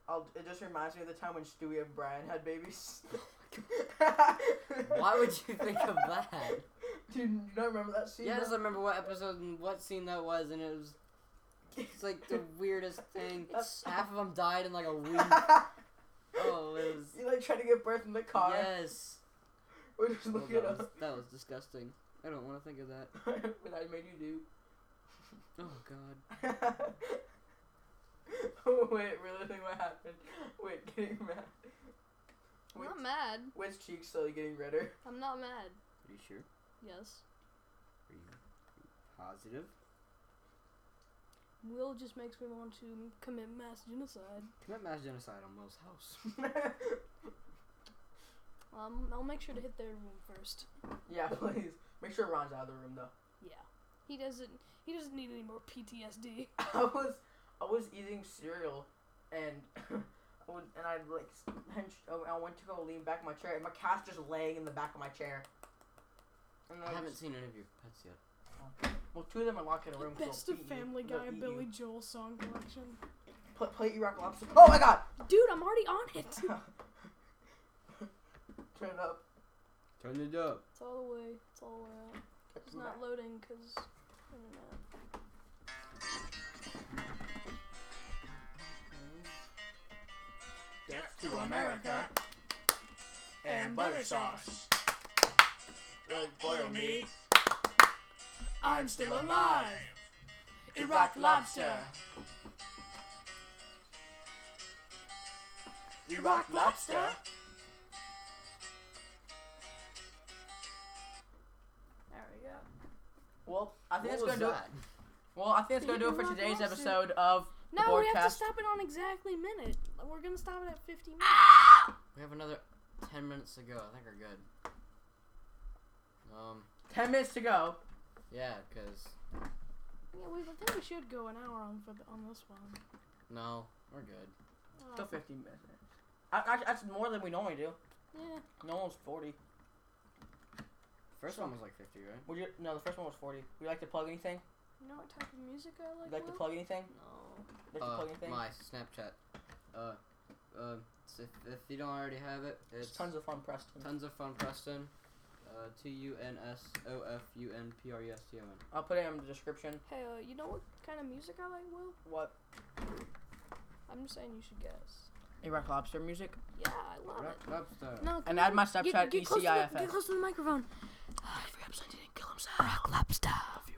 F: I'll, it just reminds me of the time when Stewie and Brian had babies.
C: Why would you think of that?
F: Do you not remember that scene?
C: Yes, I
F: bro?
C: remember what episode and what scene that was, and it was it's like the weirdest thing.
F: That's-
C: Half of them died in like a week. Oh, it was.
F: you like trying to give birth in the car.
C: Yes.
F: We're just
C: Oh,
F: looking
C: that, was,
F: up.
C: that was disgusting. I don't want to think of that.
F: what I made you
C: Oh God.
F: do. oh wait, really think what happened? Wait, getting mad.
E: I'm
F: Which,
E: not mad.
F: which cheek's slowly getting redder?
E: I'm not mad.
C: Are you sure?
E: Yes.
C: Are you positive?
E: Will just makes me want to commit mass genocide.
C: Commit mass genocide on Will's house.
E: Um, I'll make sure to hit their room first.
F: yeah, please. Make sure Ron's out of the room though.
E: Yeah. He doesn't. He doesn't need any more PTSD.
F: I was I was eating cereal and I was, and I like s- hunched, oh, I went to go lean back in my chair and my cat's just laying in the back of my chair. And
C: I
F: I
C: haven't
F: just-
C: seen any of your pets yet.
F: well, two of them are locked in a room. 'cause
E: Best
F: they'll
E: of
F: eat you-
E: Family
F: they'll
E: Guy
F: eat
E: Billy
F: you.
E: Joel song collection.
F: Pla- plate you rock lobster. Oh my god!
E: Dude, I'm already on it.
F: Turn it up.
C: Turn it up.
E: It's all the way. It's all the way up. It's not loading because internet.
F: Death to America and butter sauce. Don't boil me.
E: I'm still alive. Iraq lobster.
F: Iraq lobster.
E: There we go.
F: Well, I think
C: What
F: that's
C: was
F: gonna do it.
C: that?
F: Well, I think that's
E: You
F: gonna do it
E: do
F: for
E: not
F: today's
E: lobster.
F: episode of
E: No, we
F: the
E: have to
F: broadcast.
E: stop it on exactly a minute. We're gonna stop it at 50 minutes.
C: We have another ten minutes to go. I think we're good. Um,
F: Ten minutes to go.
C: yeah, cause
E: Yeah, we, I think we should go an hour on for the, on this one.
C: no, we're good.
E: Oh,
F: Still fifteen minutes. I, I, that's more than we normally do.
E: yeah.
F: No one was forty.
C: First one was like fifty, right?
F: Would you? No, the first one was forty. Would you like to plug anything?
E: You know what type of music I like?
F: Would you like to
E: Will?
F: plug anything?
E: No.
F: Would you like to
C: Uh,
F: plug anything?
C: my Snapchat. Uh, uh, s- if, if you don't already have it,
F: It's
C: it's
F: tons of fun, Preston.
C: Tons of fun, Preston. Uh, T U N S O F U N P R E S T O N.
F: I'll put it in the description.
E: Hey, uh, you know what kind of music I like, Will?
F: What?
E: I'm just saying you should guess.
F: Iraq lobster music.
E: Yeah, I love it.
C: Rock Lobster.
E: No,
F: And add my Snapchat E
E: get, get, close to the,
F: ECIFS.
E: get close to the microphone. Jeffrey Epstein didn't kill himself. Rock lobster. If you